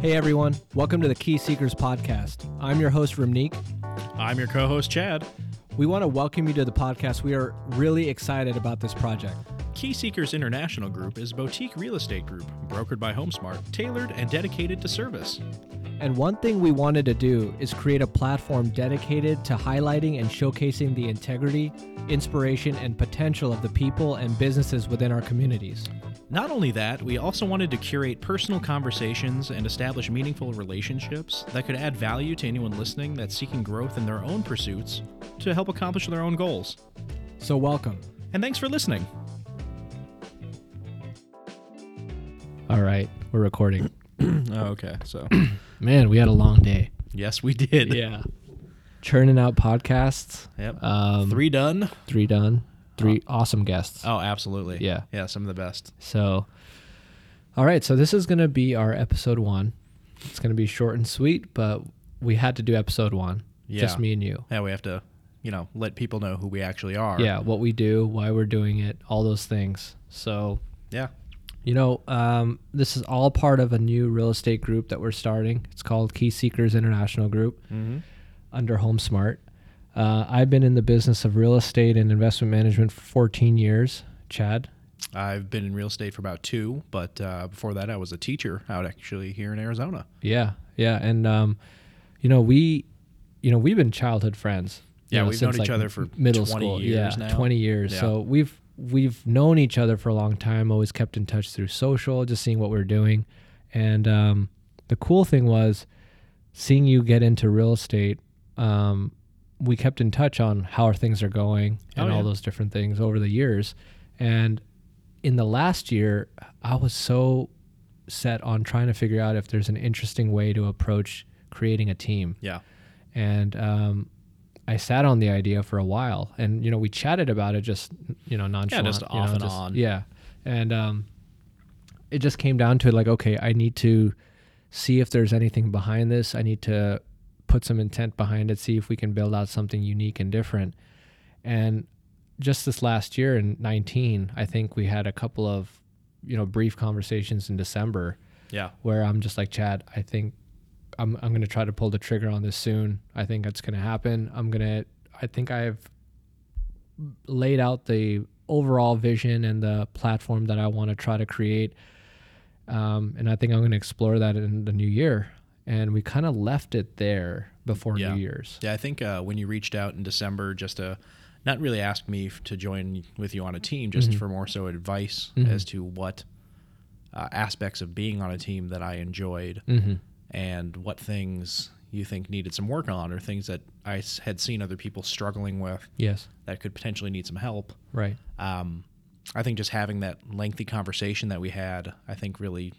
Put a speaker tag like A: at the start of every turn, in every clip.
A: Hey everyone, welcome to the Key Seekers Podcast. I'm your host, Ramneek.
B: I'm your co host, Chad.
A: We want to welcome you to the podcast. We are really excited about this project.
B: Key Seekers International Group is a boutique real estate group brokered by HomeSmart, tailored and dedicated to service.
A: And one thing we wanted to do is create a platform dedicated to highlighting and showcasing the integrity, inspiration, and potential of the people and businesses within our communities.
B: Not only that, we also wanted to curate personal conversations and establish meaningful relationships that could add value to anyone listening that's seeking growth in their own pursuits to help accomplish their own goals.
A: So, welcome.
B: And thanks for listening.
A: All right, we're recording.
B: Oh, okay. So,
A: Man, we had a long day.
B: yes, we did.
A: Yeah. Churning out podcasts.
B: Yep.
A: Um,
B: Three done.
A: three done, three awesome guests.
B: Oh, absolutely.
A: Yeah.
B: Yeah, some of the best.
A: So, all right. So this is going to be our episode one. It's going to be short and sweet, but we had to do episode one. Just
B: Yeah.
A: me and you.
B: Yeah, we have to, you know, let people know who we actually are.
A: Yeah. What we do, why we're doing it, all those things. So,
B: Yeah.
A: you know, um, this is all part of a new real estate group that we're starting. It's called Key Seekers International Group under HomeSmart. Uh, I've been in the business of real estate and investment management for 14 years. Chad,
B: I've been in real estate for about two, but uh, before that, I was a teacher out actually here in Arizona.
A: Yeah, yeah, and um, you know we, you know we've been childhood friends. you
B: Yeah,
A: know,
B: we've known
A: since,
B: each other for
A: middle
B: 20
A: school.
B: years
A: yeah,
B: now.
A: twenty years.
B: Yeah.
A: So we've we've known each other for a long time. Always kept in touch through social, just seeing what we are doing. And um, the cool thing was seeing you get into real estate. Um, we kept in touch on how things are going and
B: Oh,
A: all
B: yeah.
A: those different things over the years. And in the last year, I was so set on trying to figure out if there's an interesting way to approach creating a team.
B: Yeah.
A: And um, I sat on the idea for a while, and you know, we chatted about it just you know nonchalant,
B: just
A: you
B: off
A: know,
B: and on.
A: Yeah, and um, it just came down to like, okay, I need to see if there's anything behind this. I need to put some intent behind it, see if we can build out something unique and different. And just this last year in 19, I think we had a couple of, you know, brief conversations in December
B: Yeah.
A: where I'm just like, Chad, I think I'm, I'm going to try to pull the trigger on this soon. I think that's going to happen. I'm going to, I think I've laid out the overall vision and the platform that I want to try to create. Um, and I think I'm going to explore that in the new year. And we kind of left it there before
B: Yeah.
A: New Year's.
B: Yeah. I think uh, when you reached out in December, just to not really ask me f- to join with you on a team, just for more so advice as to what uh, aspects of being on a team that I enjoyed
A: Mm-hmm.
B: and what things you think needed some work on or things that I s- had seen other people struggling with
A: Yes.
B: that could potentially need some help.
A: Right.
B: um, I think just having that lengthy conversation that we had, I think really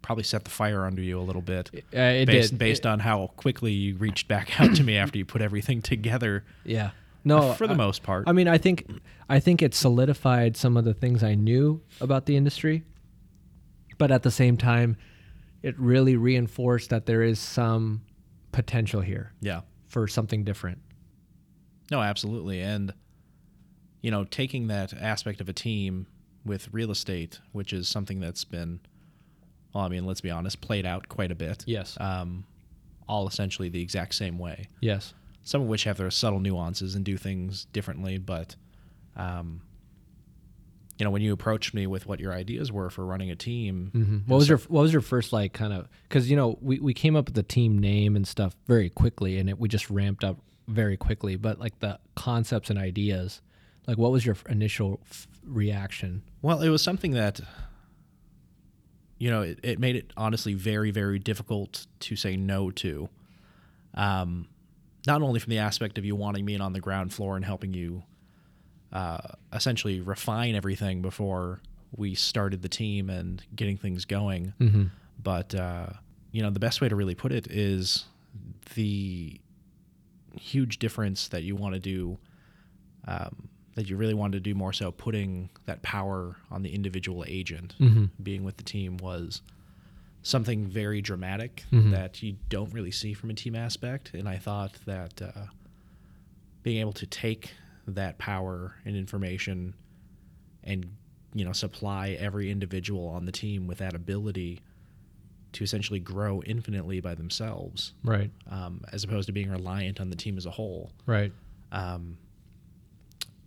B: probably set the fire under you a little bit.
A: Uh, it
B: based
A: did.
B: based on how quickly you reached back out to me after you put everything together,
A: yeah. No,
B: for the
A: I-
B: most part.
A: I mean, I think I think it solidified some of the things I knew about the industry, but at the same time, it really reinforced that there is some potential here
B: yeah.
A: for something different.
B: No, absolutely. And, you know, taking that aspect of a team with real estate, which is something that's been, well, I mean, let's be honest, played out quite a bit.
A: Yes.
B: Um, all essentially the exact same way.
A: yes.
B: some of which have their subtle nuances and do things differently. But, um, you know, when you approached me with what your ideas were for running a team,
A: hmm What was your What was your first like kind of? Because you know we we came up with the team name and stuff very quickly, and it we just ramped up very quickly. But like the concepts and ideas, like what was your f- initial f- reaction?
B: well, it was something that, you know, it, it made it honestly very, very difficult to say no to. Um, not only from the aspect of you wanting me in on the ground floor and helping you uh, essentially refine everything before we started the team and getting things going.
A: Mm-hmm.
B: but uh, you know the best way to really put it is the huge difference that you want to do um, that you really wanted to do more so putting that power on the individual agent
A: Mm-hmm.
B: being with the team was something very dramatic
A: Mhm.
B: that you don't really see from a team aspect and i thought that uh, being able to take that power and information and you know supply every individual on the team with that ability to essentially grow infinitely by themselves,
A: Right.
B: um, as opposed to being reliant on the team as a whole,
A: Right.
B: um,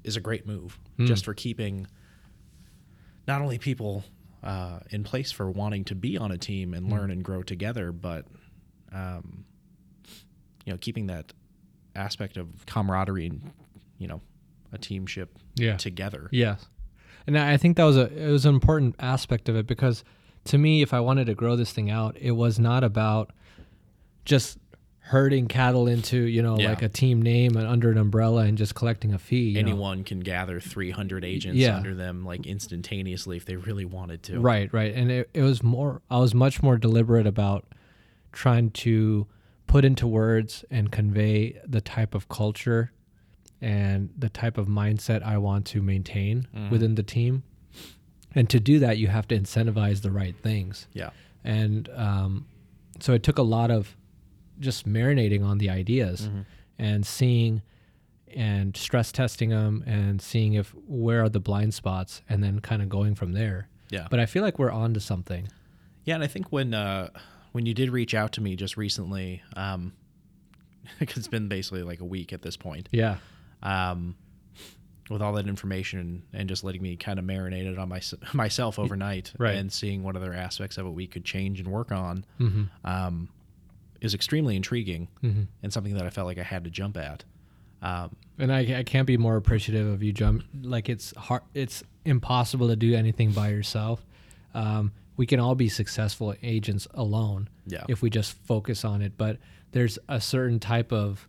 B: is a great move
A: Hmm.
B: just for keeping not only people uh, in place for wanting to be on a team
A: Hmm.
B: and learn and grow together, but um, you know, keeping that aspect of camaraderie and you know, a teamship
A: Yeah.
B: together.
A: Yes. And I I think that was a it was an important aspect of it because to me if I wanted to grow this thing out, it was not about just herding cattle into, you know,
B: Yeah.
A: like a team name and under an umbrella and just collecting a fee. You know?
B: Anyone can gather 300 agents
A: Yeah.
B: under them like instantaneously if they really wanted to.
A: Right, right. And it, it was more, I was much more deliberate about trying to put into words and convey the type of culture and the type of mindset I want to maintain within the team. And to do that, you have to incentivize the right things.
B: Yeah.
A: And um, so it took a lot of just marinating on the ideas and seeing and stress testing them and seeing if where are the blind spots and then kind of going from there.
B: Yeah.
A: But I feel like we're on to something.
B: Yeah, and I think when uh, when you did reach out to me just recently, um, 'cause it's been basically like a week at this point,
A: Yeah.
B: um, with all that information and just letting me kind of marinate it on my, myself overnight
A: Right.
B: and seeing what other aspects of it we could change and work on
A: Mhm.
B: um, is extremely intriguing
A: Mhm.
B: and something that I felt like I had to jump at. Um,
A: And I, I can't be more appreciative of you, Jump. Like it's hard, it's impossible to do anything by yourself. Um, we can all be successful agents alone
B: Yeah.
A: if we just focus on it. But there's a certain type of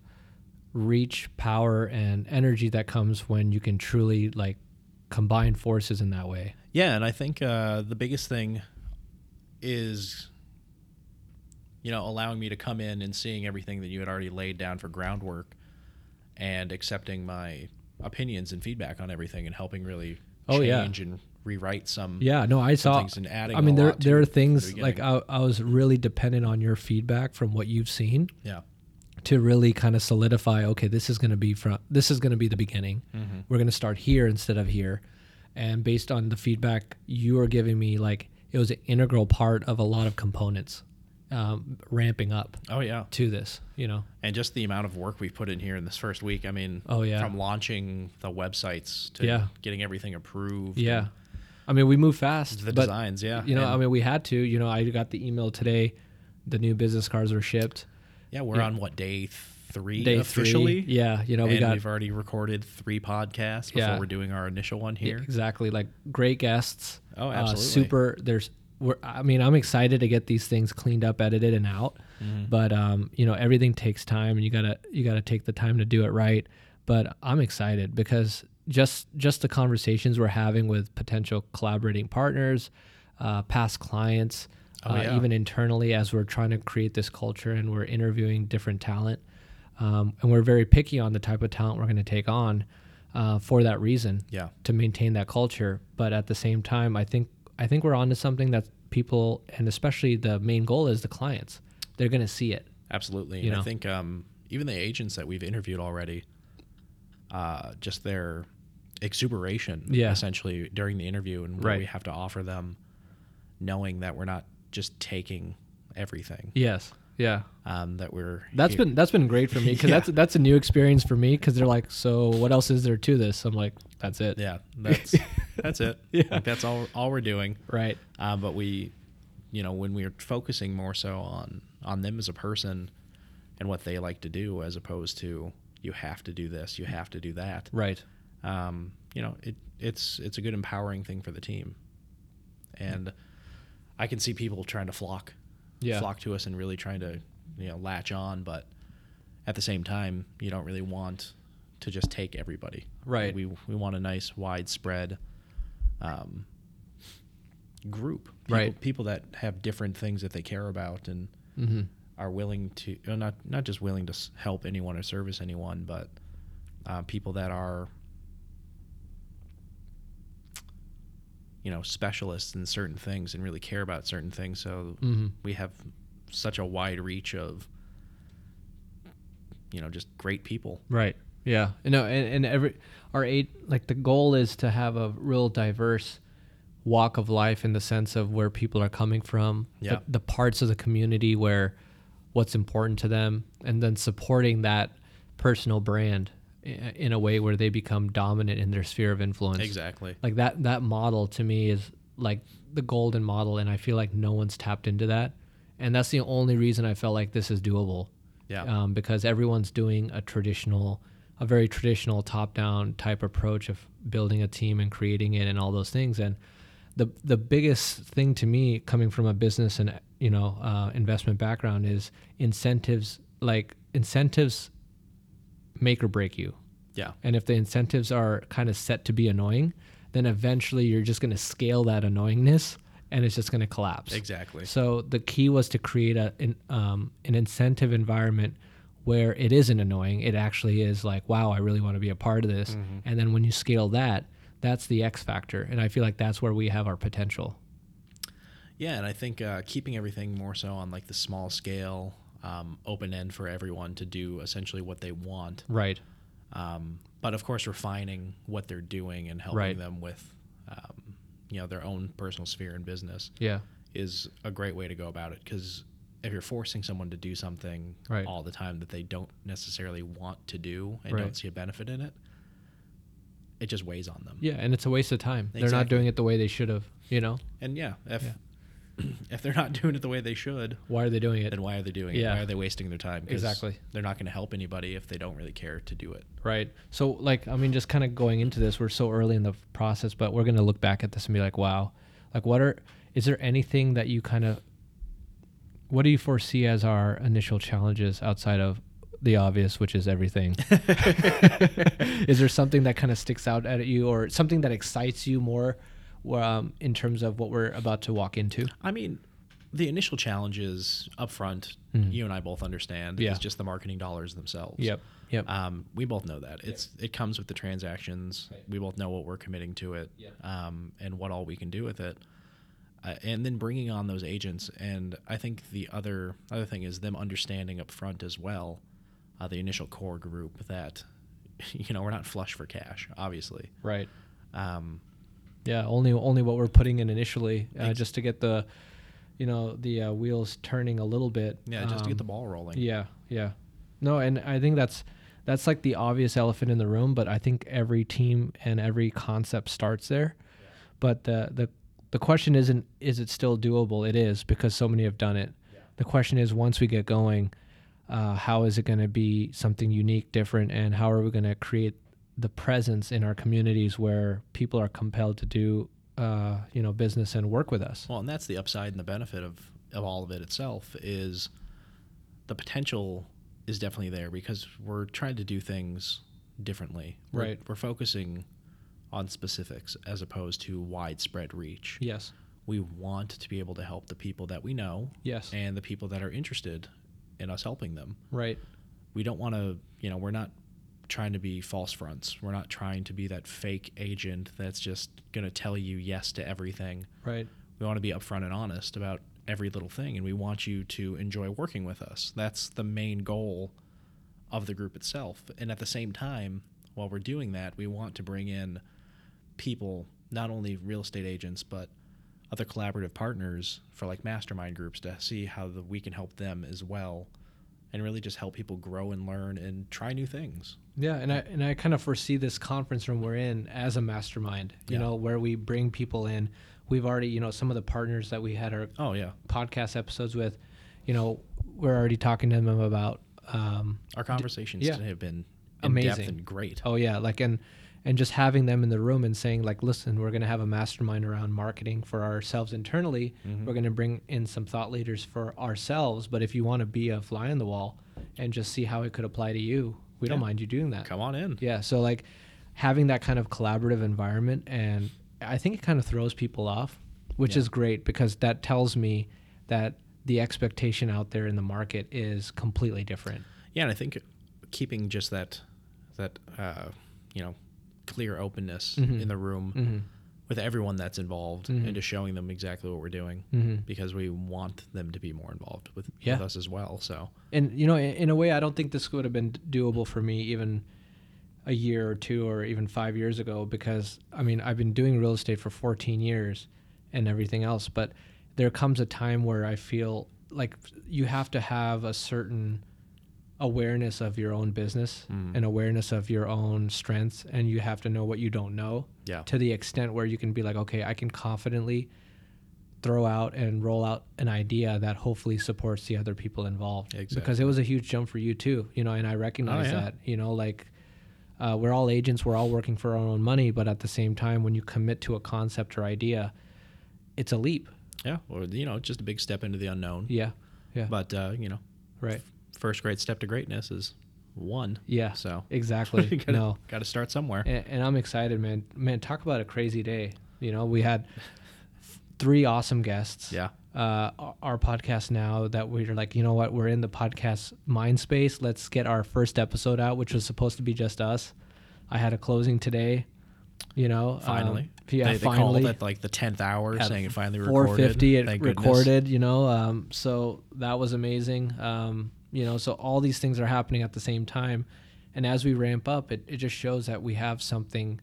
A: reach, power, and energy that comes when you can truly like combine forces in that way.
B: Yeah, and I think uh, the biggest thing is, you know, allowing me to come in and seeing everything that you had already laid down for groundwork, and accepting my opinions and feedback on everything, and helping really
A: Oh, yeah.
B: change and rewrite some
A: Yeah, no, I
B: some
A: saw.
B: things and adding.
A: I mean,
B: a
A: there
B: lot to
A: there are
B: it from the
A: things like
B: beginning.
A: I, I was really dependent on your feedback from what you've seen.
B: yeah,
A: to really kind of solidify okay this is going to be from this is going to be the beginning
B: Mm-hmm.
A: we're going to start here instead of here and based on the feedback you are giving me like it was an integral part of a lot of components um, ramping up
B: oh yeah,
A: to this you know
B: and just the amount of work we've put in here in this first week. I mean,
A: Oh, yeah.
B: from launching the websites to
A: Yeah.
B: getting everything approved,
A: yeah i mean we move fast
B: and the
A: but
B: designs, yeah,
A: you know
B: and-
A: i mean we had to you know i got the email today the new business cards were shipped
B: yeah, we're on what day three
A: day
B: E officially,
A: three yeah you know Oh, we
B: and
A: got
B: we've already recorded three podcasts before
A: Yeah.
B: we're doing our initial one
A: Yeah,
B: here.
A: Exactly, like great guests.
B: Oh,
A: uh,
B: absolutely.
A: super. There's, we're, I mean, I'm excited to get these things cleaned up, edited, and out.
B: Mm-hmm.
A: But um, you know, everything takes time, and you gotta you gotta take the time to do it right. But I'm excited because just just the conversations we're having with potential collaborating partners, uh, past clients, uh,
B: Oh, yeah.
A: even internally, as we're trying to create this culture and we're interviewing different talent. Um, and we're very picky on the type of talent we're going to take on uh, for that reason
B: Yeah.
A: to maintain that culture. But at the same time, I think I think we're onto something that people and especially the main goal is the clients. They're gonna see it.
B: Absolutely.
A: You
B: and
A: know.
B: I think um, even the agents that we've interviewed already, uh, just their exuberation
A: Yeah.
B: essentially during the interview and what
A: Right.
B: we have to offer them, knowing that we're not just taking everything,
A: Yes. Yeah.
B: um, that we're.
A: That's been that's been great for me because
B: Yeah.
A: that's that's a new experience for me because they're like, so what else is there to this? I'm like, that's it.
B: Yeah, that's, that's it. Like, that's all, all we're doing.
A: Right.
B: uh, but we you know when we're focusing more so on on them as a person and what they like to do as opposed to you have to do this you have to do that
A: Right.
B: um, you know it it's it's a good empowering thing for the team and i can see people trying to flock
A: Yeah.
B: flock to us and really trying to you know latch on but at the same time you don't really want to just take everybody
A: Right.
B: we we want a nice widespread um, group people,
A: Right.
B: people that have different things that they care about and
A: Mm-hmm.
B: are willing to uh, not not just willing to s- help anyone or service anyone, but uh, people that are you know specialists in certain things and really care about certain things. So
A: Mm-hmm.
B: we have such a wide reach of you know just great people.
A: Right. Yeah. No. And, and every our eight like the goal is to have a real diverse walk of life in the sense of where people are coming from,
B: Yeah.
A: the, the parts of the community where what's important to them, and then supporting that personal brand i- in a way where they become dominant in their sphere of influence.
B: Exactly.
A: Like that that model to me is like the golden model, and I feel like no one's tapped into that, and that's the only reason I felt like this is doable
B: Yeah.
A: um, because everyone's doing a traditional, a very traditional top-down type approach of building a team and creating it and all those things. And the the biggest thing to me, coming from a business and you know uh, investment background, is incentives. Like incentives make or break you.
B: yeah.
A: And if the incentives are kind of set to be annoying, then eventually you're just going to scale that annoyingness, and it's just going to collapse.
B: Exactly.
A: So the key was to create a, an, um, an incentive environment where it isn't annoying. It actually is like, wow, I really want to be a part of this. And then when you scale that, that's the X factor. And I feel like that's where we have our potential.
B: Yeah, and I think uh, keeping everything more so on like the small scale, um, open end for everyone to do essentially what they want,
A: Right.
B: um, but of course refining what they're doing and helping
A: Right.
B: them with, um, you know, their own personal sphere and business
A: Yeah.
B: is a great way to go about it because if you're forcing someone to do something
A: Right.
B: all the time that they don't necessarily want to do and
A: Right.
B: don't see a benefit in it, it just weighs on them.
A: Yeah. And it's a waste of time. They're not
B: Exactly.
A: doing it the way they should have. You know,
B: And yeah, if if they're not doing it the way they should,
A: why are they doing it?
B: then why are they doing it?
A: Yeah.
B: Why are they wasting their time? 'Cause
A: Exactly.
B: They're not going to help anybody if they don't really care to do it.
A: Right. So, like, I mean, just kind of going into this, we're so early in the process, but we're going to look back at this and be like, wow, like, what are, is there anything that you kind of, what do you foresee as our initial challenges outside of the obvious, which is everything? is there something that kind of sticks out at you or something that excites you more um, in terms of what we're about to walk into?
B: I mean, the initial challenges up front, you and I both understand,
A: Mm-hmm. Yeah.
B: is just the marketing dollars themselves.
A: Yep.
B: Um, we both know that it's it comes with the transactions. We both know what we're committing to it, um, and what all we can do with it, uh, and then bringing on those agents. And I think the other other thing is them understanding up front as well, uh, the initial core group that, you know, we're not flush for cash, obviously.
A: right.
B: Um,
A: Yeah, only only what we're putting in initially, uh, just to get the, you know, the uh, wheels turning a little bit.
B: yeah, just to get
A: Um,
B: the ball rolling.
A: Yeah, yeah. No, and I think that's that's like the obvious elephant in the room, but I think every team and every concept starts there. But the the the question isn't is it still doable? It is because so many have done it. The question is once we get going, uh, how is it going to be something unique, different, and how are we going to create the presence in our communities where people are compelled to do uh, you know business and work with us?
B: Well, and that's the upside and the benefit of, of all of it itself is the potential is definitely there because we're trying to do things differently. We're-
A: Right.
B: We're focusing on specifics as opposed to widespread reach.
A: Yes.
B: We want to be able to help the people that we know
A: Yes.
B: and the people that are interested in us helping them.
A: Right.
B: We don't want to, you know, we're not trying to be false fronts. We're not trying to be that fake agent that's just going to tell you yes to everything
A: Right.
B: we want to be upfront and honest about every little thing and we want you to enjoy working with us that's the main goal of the group itself and at the same time while we're doing that we want to bring in people not only real estate agents but other collaborative partners for like mastermind groups to see how the, we can help them as well and really just help people grow and learn and try new things
A: Yeah, and I and I kind of foresee this conference room we're in as a mastermind. You
B: Yeah.
A: know, where we bring people in. We've already, you know, some of the partners that we had our
B: oh yeah
A: podcast episodes with, you know, we're already talking to them about. Um,
B: our conversations
A: yeah.
B: today have been in
A: Amazing.
B: depth and great
A: oh yeah, like and and just having them in the room and saying like, listen, we're gonna have a mastermind around marketing for ourselves internally.
B: Mm-hmm.
A: We're gonna bring in some thought leaders for ourselves. But if you want to be a fly on the wall and just see how it could apply to you, we don't
B: Yeah.
A: mind you doing that.
B: come on in
A: Yeah. So like having that kind of collaborative environment and I think it kind of throws people off, which
B: Yeah.
A: is great because that tells me that the expectation out there in the market is completely different.
B: Yeah, and I think keeping just that that uh, you know clear openness
A: Mm-hmm.
B: in the room with everyone that's involved and just showing them exactly what we're doing because we want them to be more involved with,
A: Mm-hmm. Yeah.
B: with us as well. So
A: And you know, in, in a way I don't think this would have been doable for me even a year or two or even five years ago because I mean I've been doing real estate for 14 years and everything else, but there comes a time where I feel like you have to have a certain awareness of your own business and awareness of your own strengths and you have to know what you don't know
B: Yeah.
A: to the extent where you can be like okay I can confidently throw out and roll out an idea that hopefully supports the other people involved because it was a huge jump for you too you know and I recognize
B: Oh, yeah.
A: that you know like uh, we're all agents we're all working for our own money but at the same time when you commit to a concept or idea it's a leap
B: Yeah. Or, you know, just a big step into the unknown.
A: yeah yeah
B: But, uh, you know,
A: right
B: first great step to greatness is one.
A: yeah
B: So,
A: exactly
B: gotta,
A: no
B: gotta start somewhere.
A: and, and I'm excited, man. Man, talk about a crazy day. You know, we had three awesome guests.
B: Yeah.
A: Uh, our- our podcast now that we're like, you know what, we're in the podcast mind space. Let's get our first episode out, which was supposed to be just us. I had a closing today. You know, um,
B: Finally.
A: yeah,
B: They, they
A: finally
B: called at like the 10th hour
A: At
B: saying it finally recorded.
A: 450 it
B: Thank goodness.
A: recorded you know um, so that was amazing um, you know so all these things are happening at the same time and as we ramp up it, it just shows that we have something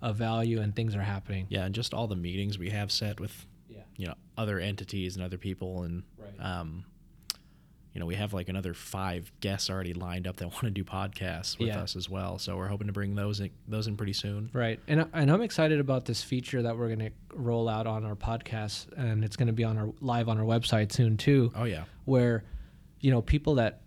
A: of value and things are happening
B: Yeah. And just all the meetings we have set with,
A: yeah
B: you know, other entities and other people. And,
A: Right.
B: um, you know, we have like another five guests already lined up that want to do podcasts with
A: Yeah.
B: us as well. So we're hoping to bring those in, those in pretty soon.
A: right and, I- and i'm excited about this feature that we're going to roll out on our podcast and it's going to be on our live on our website soon too
B: Oh yeah.
A: where you know people that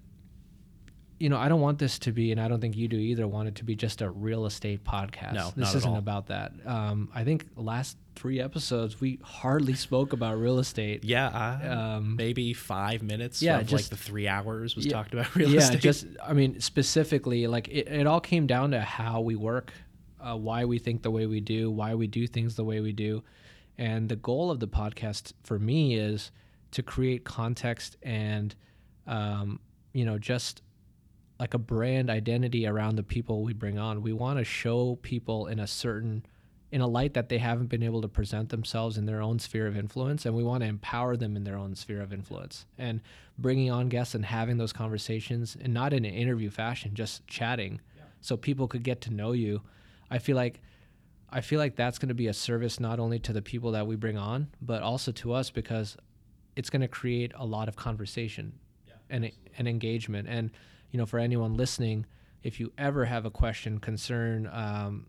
A: you know i don't want this to be and i don't think you do either want it to be just a real estate podcast
B: No,
A: this
B: not at
A: isn't
B: all.
A: about that um, i think last three episodes we hardly spoke about real estate
B: Yeah. I,
A: Um,
B: maybe five minutes
A: yeah,
B: of
A: just-
B: like the three hours was
A: Yeah.
B: talked about real
A: yeah
B: estate.
A: just i mean specifically like it, it all came down to how we work uh, why we think the way we do why we do things the way we do and the goal of the podcast for me is to create context and um, you know just like a brand identity around the people we bring on we want to show people in a certain in a light that they haven't been able to present themselves in their own sphere of influence and we want to empower them in their own sphere of influence and bringing on guests and having those conversations and not in an interview fashion just chatting so people could get to know you i feel like i feel like that's going to be a service not only to the people that we bring on but also to us because it's going to create a lot of conversation and e-, and engagement and you know for anyone listening if you ever have a question concern um,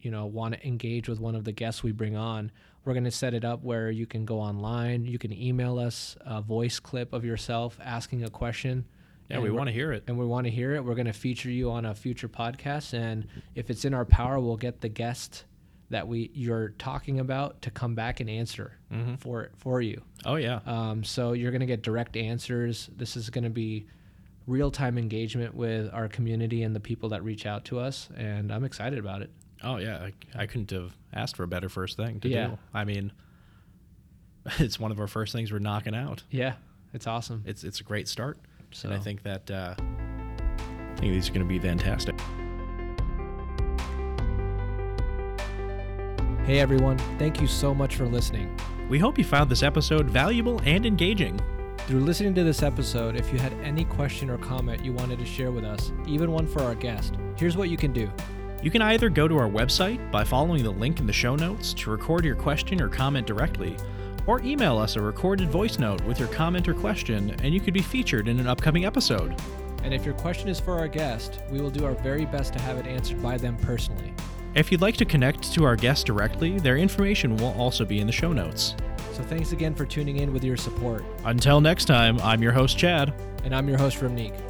A: you know want to engage with one of the guests we bring on we're going to set it up where you can go online you can email us a voice clip of yourself asking a question
B: yeah.
A: and
B: We
A: we're-
B: want to hear it.
A: and we want to hear it, we're going to feature you on a future podcast. And if it's in our power, we'll get the guest that we you're talking about to come back and answer
B: Mm-hmm.
A: for for you.
B: Oh yeah.
A: Um, so you're going to get direct answers. This is going to be real time engagement with our community and the people that reach out to us. And I'm excited about it.
B: Oh yeah, I, I couldn't have asked for a better first thing to
A: Yeah.
B: do. I mean, it's one of our first things we're knocking out.
A: Yeah, it's awesome.
B: It's it's a great start,
A: So
B: and I think that uh, I think these are going to be fantastic.
A: hey everyone, thank you so much for listening.
B: We hope you found this episode valuable and engaging.
A: Through listening to this episode, if you had any question or comment you wanted to share with us, even one for our guest, here's what you can do.
B: You can either go to our website by following the link in the show notes to record your question or comment directly, or email us a recorded voice note with your comment or question, and you could be featured in an upcoming episode.
A: And if your question is for our guest, we will do our very best to have it answered by them personally.
B: If you'd like to connect to our guests directly, their information will also be in the show notes.
A: So thanks again for tuning in with your support.
B: Until next time, I'm your host, Chad.
A: And I'm your host, Ramneek.